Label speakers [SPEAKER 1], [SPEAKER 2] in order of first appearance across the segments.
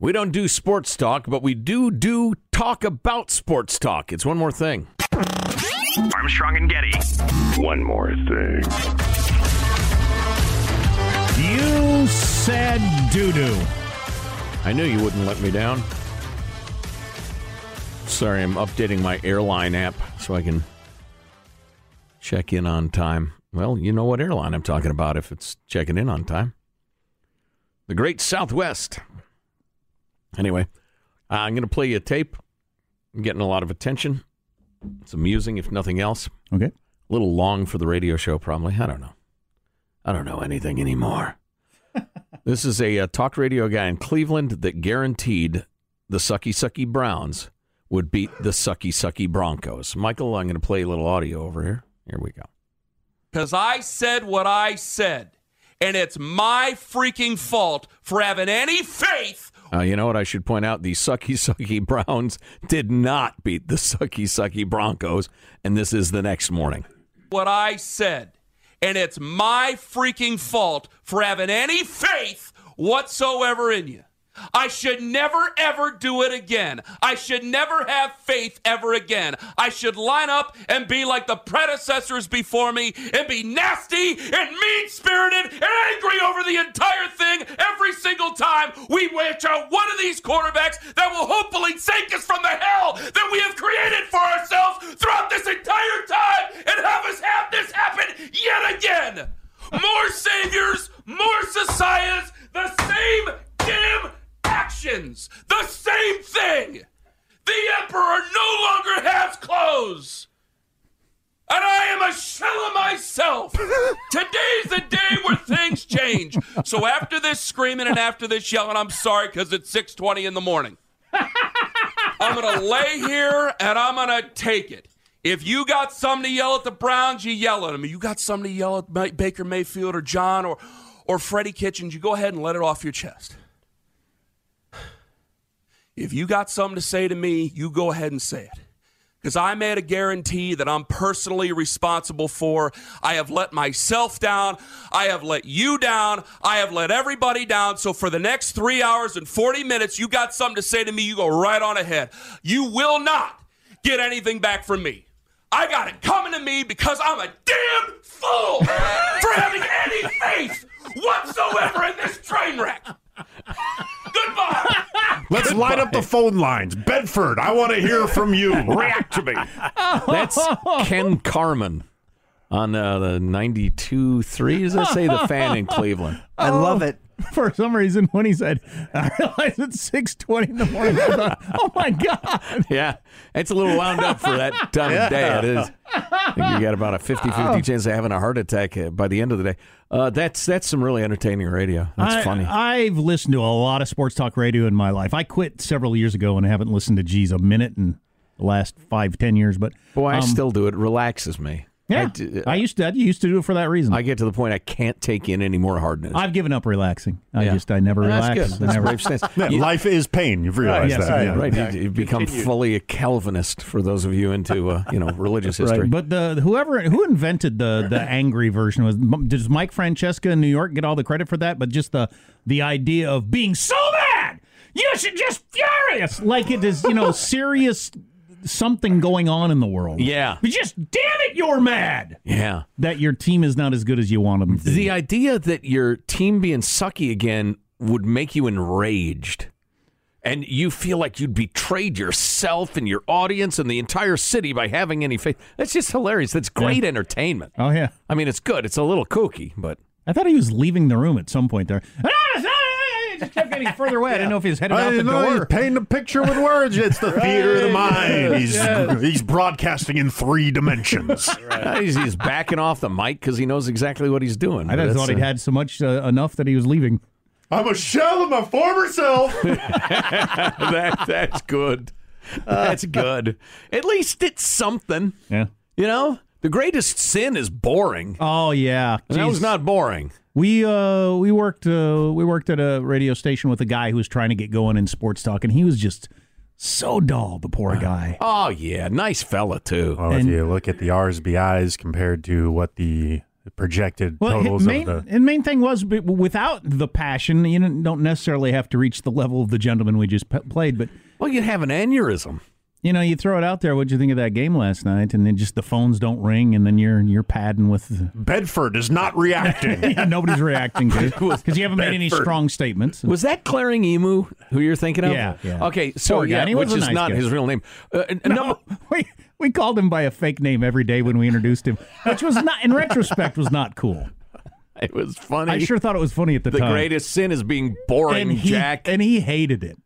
[SPEAKER 1] We don't do sports talk, but we do do talk about sports talk. It's one more thing.
[SPEAKER 2] Armstrong and Getty.
[SPEAKER 3] One more thing.
[SPEAKER 4] You said doo doo.
[SPEAKER 1] I knew you wouldn't let me down. Sorry, I'm updating my airline app so I can check in on time. Well, you know what airline I'm talking about if it's checking in on time. The Great Southwest. Anyway, uh, I'm going to play you a tape. I'm getting a lot of attention. It's amusing, if nothing else.
[SPEAKER 4] Okay.
[SPEAKER 1] A little long for the radio show, probably. I don't know. I don't know anything anymore. this is a, uh talk radio guy in Cleveland that guaranteed the Sucky Sucky Browns would beat the Sucky Sucky Broncos. Michael, I'm going to play a little audio over here. Here we go.
[SPEAKER 5] Because I said what I said. And it's my freaking fault for having any faith.
[SPEAKER 1] Uh, you know what? I should point out the Sucky Sucky Browns did not beat the Sucky Sucky Broncos, and this is the next morning.
[SPEAKER 5] What I said. And it's my freaking fault for having any faith whatsoever in you. I should never, ever do it again. I should never have faith ever again. I should line up and be like the predecessors before me and be nasty and mean spirited and angry over the entire thing every single time we witch out one of these quarterbacks that will hopefully save us from the hell that we have created for ourselves throughout this entire time and have us have this happen yet again. More saviors, more societies, the same damn actions, the same thing. The emperor no longer has clothes. And I am a shell of myself. Today's the day where things change. So after this screaming and after this yelling, I'm sorry because it's 6:20 in the morning. I'm gonna lay here and I'm gonna take it. If you got something to yell at the Browns, you yell at them. If you got something to yell at Ma- Baker Mayfield or John or or Freddie Kitchens, you go ahead and let it off your chest. If you got something to say to me, you go ahead and say it. Because I made a guarantee that I'm personally responsible for. I have let myself down. I have let you down. I have let everybody down. So for the next three hours and 40 minutes, you got something to say to me, you go right on ahead. You will not get anything back from me. I got it coming to me because I'm a damn fool for having any faith whatsoever in this train wreck. Goodbye.
[SPEAKER 4] Let's light up the phone lines. Bedford, I want to hear from you.
[SPEAKER 3] React to me.
[SPEAKER 1] That's Ken Carmen on uh, the 92 3. Does that say the fan in Cleveland?
[SPEAKER 6] I love it.
[SPEAKER 4] For some reason, when he said, I realize it's 620 in the morning, I thought, oh my God.
[SPEAKER 1] Yeah, it's a little wound up for that time of day. It is. I think you got about a 50 50 chance of having a heart attack uh, by the end of the day. Uh, that's that's some really entertaining radio. That's
[SPEAKER 4] I,
[SPEAKER 1] funny.
[SPEAKER 4] I've listened to a lot of sports talk radio in my life. I quit several years ago and I haven't listened to G's a minute in the last five, ten years. But
[SPEAKER 1] Boy, I
[SPEAKER 4] um,
[SPEAKER 1] still do it. It relaxes me.
[SPEAKER 4] yeah,
[SPEAKER 1] I
[SPEAKER 4] I,
[SPEAKER 1] d-
[SPEAKER 4] used to I used to do it for that reason.
[SPEAKER 1] I get to the point I can't take in any more hard news.
[SPEAKER 4] I've given up relaxing. I
[SPEAKER 1] Yeah.
[SPEAKER 4] just I never
[SPEAKER 1] That's
[SPEAKER 4] relax.
[SPEAKER 1] good.
[SPEAKER 4] I
[SPEAKER 1] That's
[SPEAKER 4] never-
[SPEAKER 1] brave stance.
[SPEAKER 7] Yeah,
[SPEAKER 1] You-
[SPEAKER 7] life is pain. You've realized
[SPEAKER 4] yes,
[SPEAKER 7] that.
[SPEAKER 4] right,
[SPEAKER 7] yeah.
[SPEAKER 1] Right, you, you become fully a Calvinist for those of you into uh, you know religious history.
[SPEAKER 4] Right, but the whoever who invented the the angry version was does Mike Francesca in New York get all the credit for that? But just the the idea of being so mad, you should just furious, like it is you know serious something going on in the world.
[SPEAKER 1] Yeah.
[SPEAKER 4] But just damn it, you're mad
[SPEAKER 1] yeah,
[SPEAKER 4] that your team is not as good as you want them to. be.
[SPEAKER 1] the idea that your team being sucky again would make you enraged, and you feel like you'd betrayed yourself and your audience and the entire city by having any faith. That's just hilarious. That's great entertainment.
[SPEAKER 4] oh yeah,
[SPEAKER 1] I mean, it's good. It's a little kooky, but
[SPEAKER 4] I thought he was leaving the room at some point there. He just kept getting further away. I didn't know if he was headed
[SPEAKER 7] I
[SPEAKER 4] out the
[SPEAKER 7] didn't know
[SPEAKER 4] door.
[SPEAKER 7] he's painting a picture with words. It's the theater of the mind. He's
[SPEAKER 4] yes.
[SPEAKER 7] he's broadcasting in three dimensions.
[SPEAKER 1] uh, he's, he's backing off the mic because he knows exactly what he's doing.
[SPEAKER 4] I
[SPEAKER 1] But
[SPEAKER 4] just
[SPEAKER 1] that's,
[SPEAKER 4] thought he'd
[SPEAKER 1] uh,
[SPEAKER 4] had so much uh, enough that he was leaving.
[SPEAKER 7] I'm a shell of my former self.
[SPEAKER 1] that that's good. That's good. At least it's something.
[SPEAKER 4] Yeah.
[SPEAKER 1] You know, the greatest sin is boring.
[SPEAKER 4] Oh yeah.
[SPEAKER 1] And that was
[SPEAKER 4] Jeez.
[SPEAKER 1] not boring.
[SPEAKER 4] We uh we worked uh, we worked at a radio station with a guy who was trying to get going in sports talk, and he was just so dull. The poor guy.
[SPEAKER 1] Oh yeah, nice fella too.
[SPEAKER 7] Well, if you look at the RSBIs compared to what the projected
[SPEAKER 4] Well,
[SPEAKER 7] totals
[SPEAKER 4] his main,
[SPEAKER 7] of the.
[SPEAKER 4] and main thing was b- without the passion, you don't don't necessarily have to reach the level of the gentleman we just p- played. But
[SPEAKER 1] Well, you'd have an aneurysm.
[SPEAKER 4] you know, you throw it out there. What'd you think of that game last night? And then just the phones don't ring, and then you're you're padding with. The,
[SPEAKER 7] Bedford is not reacting.
[SPEAKER 4] yeah, nobody's reacting to because you haven't made any
[SPEAKER 7] Bedford.
[SPEAKER 4] strong statements.
[SPEAKER 1] Was that Claring Emu who you're thinking of?
[SPEAKER 4] Yeah, yeah.
[SPEAKER 1] Okay, so
[SPEAKER 4] Poor guy,
[SPEAKER 1] yeah,
[SPEAKER 4] and he was
[SPEAKER 1] which
[SPEAKER 4] a
[SPEAKER 1] is
[SPEAKER 4] nice
[SPEAKER 1] not
[SPEAKER 4] guy.
[SPEAKER 1] his real name. Uh, and- and number-
[SPEAKER 4] we, we called him by a fake name every day when we introduced him, which was not in retrospect was not cool.
[SPEAKER 1] it was funny.
[SPEAKER 4] I sure thought it was funny at the,
[SPEAKER 1] the
[SPEAKER 4] time.
[SPEAKER 1] greatest sin is being boring,
[SPEAKER 4] and he,
[SPEAKER 1] Jack.
[SPEAKER 4] and he hated it.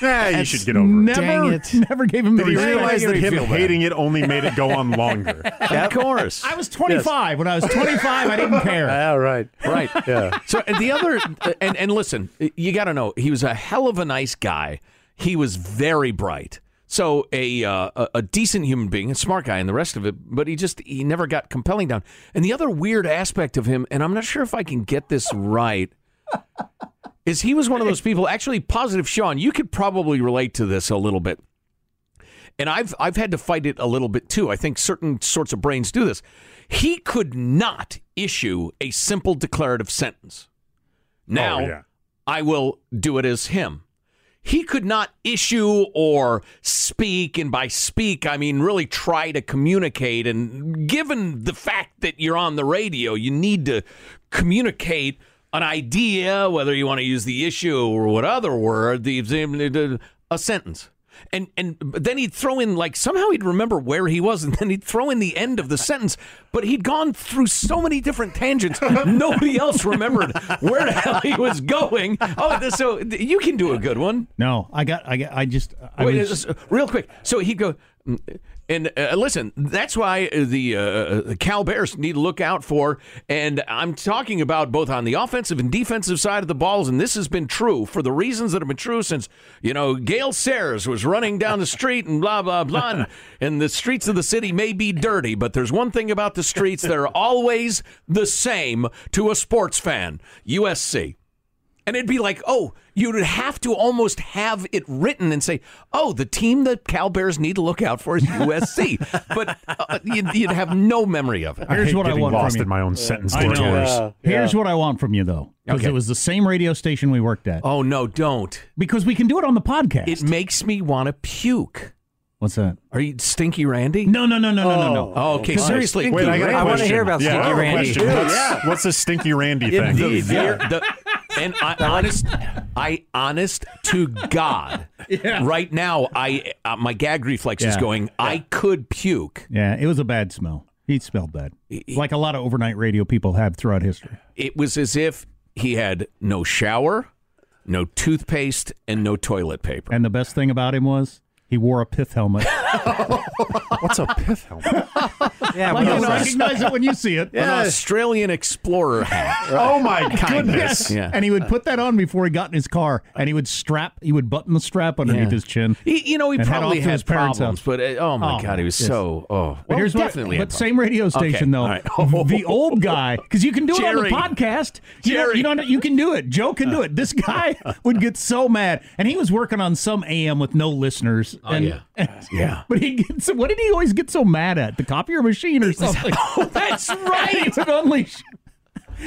[SPEAKER 7] nah, you should get over it.
[SPEAKER 4] never,
[SPEAKER 1] Dang it.
[SPEAKER 4] Never gave him the
[SPEAKER 7] Did he
[SPEAKER 4] respect.
[SPEAKER 7] realize that
[SPEAKER 1] Made me
[SPEAKER 7] him
[SPEAKER 1] feel bad.
[SPEAKER 7] hating it only made it go on longer?
[SPEAKER 1] of course.
[SPEAKER 4] I was 25. When I was 25, I didn't care.
[SPEAKER 7] yeah, right.
[SPEAKER 1] Right. Yeah. So and the other and and listen, you got to know he was a hell of a nice guy. He was very bright. So a uh, a- a decent human being, a smart guy, and the rest of it. But he just he never got compelling down. And the other weird aspect of him, and I'm not sure if I can get this right. Is he was one of those people actually positive Sean, you could probably relate to this a little bit and I've I've had to fight it a little bit too. I think certain sorts of brains do this. He could not issue a simple declarative sentence. Now
[SPEAKER 7] Oh, yeah.
[SPEAKER 1] I will do it as him. He could not issue or speak, and by speak I mean really try to communicate. And given the fact that you're on the radio, you need to communicate an idea, whether you want to use the issue or what other word, the a sentence. And and then he'd throw in like somehow he'd remember where he was, and then he'd throw in the end of the sentence. But he'd gone through so many different tangents, nobody else remembered where the hell he was going. Oh, this- so you can do a good one.
[SPEAKER 4] No, I got, I got, I just, I
[SPEAKER 1] Wait,
[SPEAKER 4] was,
[SPEAKER 1] uh, real quick. So he'd go. And uh, listen, that's why uh, the uh, the Cal Bears need to look out for. And I'm talking about both on the offensive and defensive side of the balls. And this has been true for the reasons that have been true since you know Gail Sayers was running down the street and blah blah blah. And, and the streets of the city may be dirty, but there's one thing about the streets: they're always the same to a sports fan. USC. And it'd be like, oh, you'd have to almost have it written and say, oh, the team that Cal Bears need to look out for is USC. but uh, you'd, you'd have no memory of it.
[SPEAKER 4] here's
[SPEAKER 7] hate
[SPEAKER 4] what I
[SPEAKER 7] getting
[SPEAKER 4] want
[SPEAKER 7] lost
[SPEAKER 4] from you.
[SPEAKER 7] in my own sentence
[SPEAKER 4] I know. Uh,
[SPEAKER 7] contours.
[SPEAKER 4] Here's what I want from you though, because
[SPEAKER 1] Okay.
[SPEAKER 4] it was the same radio station we worked at.
[SPEAKER 1] Oh, no, don't.
[SPEAKER 4] Because we can do it on the podcast.
[SPEAKER 1] It makes me want to puke.
[SPEAKER 4] What's that?
[SPEAKER 1] Are you Stinky Randy?
[SPEAKER 4] No, no, no, no, no, no, no.
[SPEAKER 1] Oh, okay, seriously.
[SPEAKER 7] Wait, I, got a
[SPEAKER 6] I wanna
[SPEAKER 7] question.
[SPEAKER 6] hear about
[SPEAKER 7] yeah,
[SPEAKER 6] Stinky
[SPEAKER 7] I have a
[SPEAKER 6] Randy.
[SPEAKER 7] question.
[SPEAKER 6] Yeah.
[SPEAKER 7] What's, what's the Stinky Randy thing?
[SPEAKER 1] The ver- the- and I honest, I honest to God, right now, I uh, my gag reflex is
[SPEAKER 4] Yeah.
[SPEAKER 1] going. I could puke.
[SPEAKER 4] Yeah, it was a bad smell. He smelled bad, like a lot of overnight radio people have throughout history.
[SPEAKER 1] it was as if he had no shower, no toothpaste, and no toilet paper.
[SPEAKER 4] And the best thing about him was he wore a pith helmet.
[SPEAKER 7] What's a pith helmet?
[SPEAKER 6] Yeah,
[SPEAKER 4] like
[SPEAKER 6] well,
[SPEAKER 4] you recognize it when you see it.
[SPEAKER 1] An Australian explorer hat.
[SPEAKER 7] Oh my goodness!
[SPEAKER 1] Yeah.
[SPEAKER 4] And he would put that on before he got in his car, and he would strap, he would button the strap underneath
[SPEAKER 1] Yeah.
[SPEAKER 4] his chin.
[SPEAKER 1] He, you know, he
[SPEAKER 4] And head
[SPEAKER 1] probably
[SPEAKER 4] off to
[SPEAKER 1] had
[SPEAKER 4] his parents'
[SPEAKER 1] problems,
[SPEAKER 4] house.
[SPEAKER 1] but uh, oh my
[SPEAKER 4] Oh,
[SPEAKER 1] god, he was
[SPEAKER 4] yes.
[SPEAKER 1] so. Oh,
[SPEAKER 4] But
[SPEAKER 1] well,
[SPEAKER 4] here's what-
[SPEAKER 1] definitely. had
[SPEAKER 4] but same radio station though.
[SPEAKER 1] Okay, all right. Oh.
[SPEAKER 4] the old guy, because you can do
[SPEAKER 1] Jerry.
[SPEAKER 4] it on the podcast. You know,
[SPEAKER 1] Jerry.
[SPEAKER 4] you know, you can do it. Joe can do it. This guy would get so mad, and he was working on some AM with no listeners. Oh and,
[SPEAKER 1] yeah.
[SPEAKER 4] and-
[SPEAKER 1] Yeah.
[SPEAKER 4] But he gets. What did he always get so mad at? The copier machine or something?
[SPEAKER 1] problems. That's
[SPEAKER 4] And
[SPEAKER 1] right.
[SPEAKER 4] he would unleash.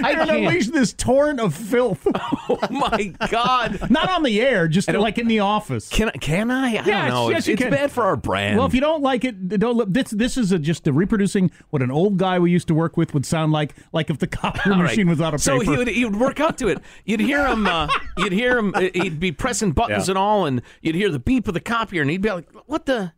[SPEAKER 4] I
[SPEAKER 1] can't.
[SPEAKER 4] unleash this torrent of filth,
[SPEAKER 1] Oh my god.
[SPEAKER 4] not on the air, just like in the office.
[SPEAKER 1] Can I? Can I? I
[SPEAKER 4] Yes,
[SPEAKER 1] don't know.
[SPEAKER 4] yes,
[SPEAKER 1] it's
[SPEAKER 4] you
[SPEAKER 1] it's
[SPEAKER 4] can.
[SPEAKER 1] bad for our brand.
[SPEAKER 4] Well, if you don't like it, don't. Look, this this is a, just a reproducing what an old guy we used to work with would sound like. Like if the copier
[SPEAKER 1] All right.
[SPEAKER 4] machine was out of
[SPEAKER 1] so
[SPEAKER 4] paper.
[SPEAKER 1] he would he would work up to it. You'd hear him. Uh, you'd hear him. uh, He'd be pressing buttons and all, and you'd hear the beep of the copier, and he'd be like, "What the?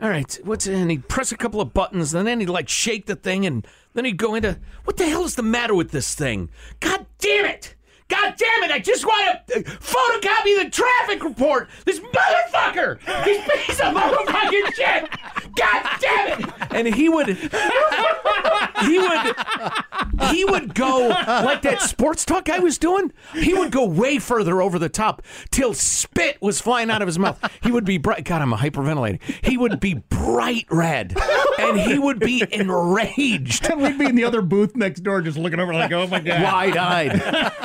[SPEAKER 1] All right, what's?" And he'd press a couple of buttons, and then he'd like shake the thing, and then he'd go into, "What the hell is the matter with this thing? God damn it!" God damn it! I just want to uh, photocopy the traffic report. This motherfucker, this piece of motherfucking shit. God damn it! And he would, he would, he would go like that sports talk I was doing. He would go way further over the top till spit was flying out of his mouth. He would be bright. God, I'm hyperventilating. He would be bright red, and he would be enraged,
[SPEAKER 4] And we'd be in the other booth next door just looking over like, oh my God.
[SPEAKER 1] wide eyed.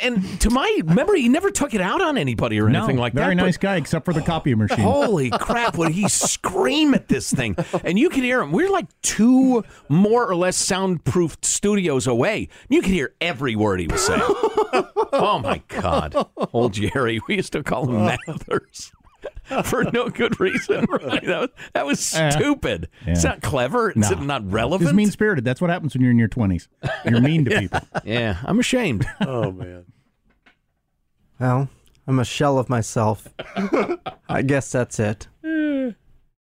[SPEAKER 1] and to my memory, he never took it out on anybody or anything
[SPEAKER 4] no,
[SPEAKER 1] like
[SPEAKER 4] very
[SPEAKER 1] that. but
[SPEAKER 4] nice guy, except for the copy machine.
[SPEAKER 1] Holy crap, would he scream at this thing? And you could hear him. We're like two more or less soundproofed studios away. You could hear every word he was saying. oh my God. Old Jerry, we used to call him Mathers. For no good reason. Right? That was, that was stupid. It's not clever. It's
[SPEAKER 4] Nah.
[SPEAKER 1] not
[SPEAKER 4] Just
[SPEAKER 1] relevant.
[SPEAKER 4] mean spirited. That's what happens when you're in your 20s. You're mean to people.
[SPEAKER 1] yeah, I'm ashamed.
[SPEAKER 7] Oh man.
[SPEAKER 6] Well, I'm a shell of myself. I guess that's it.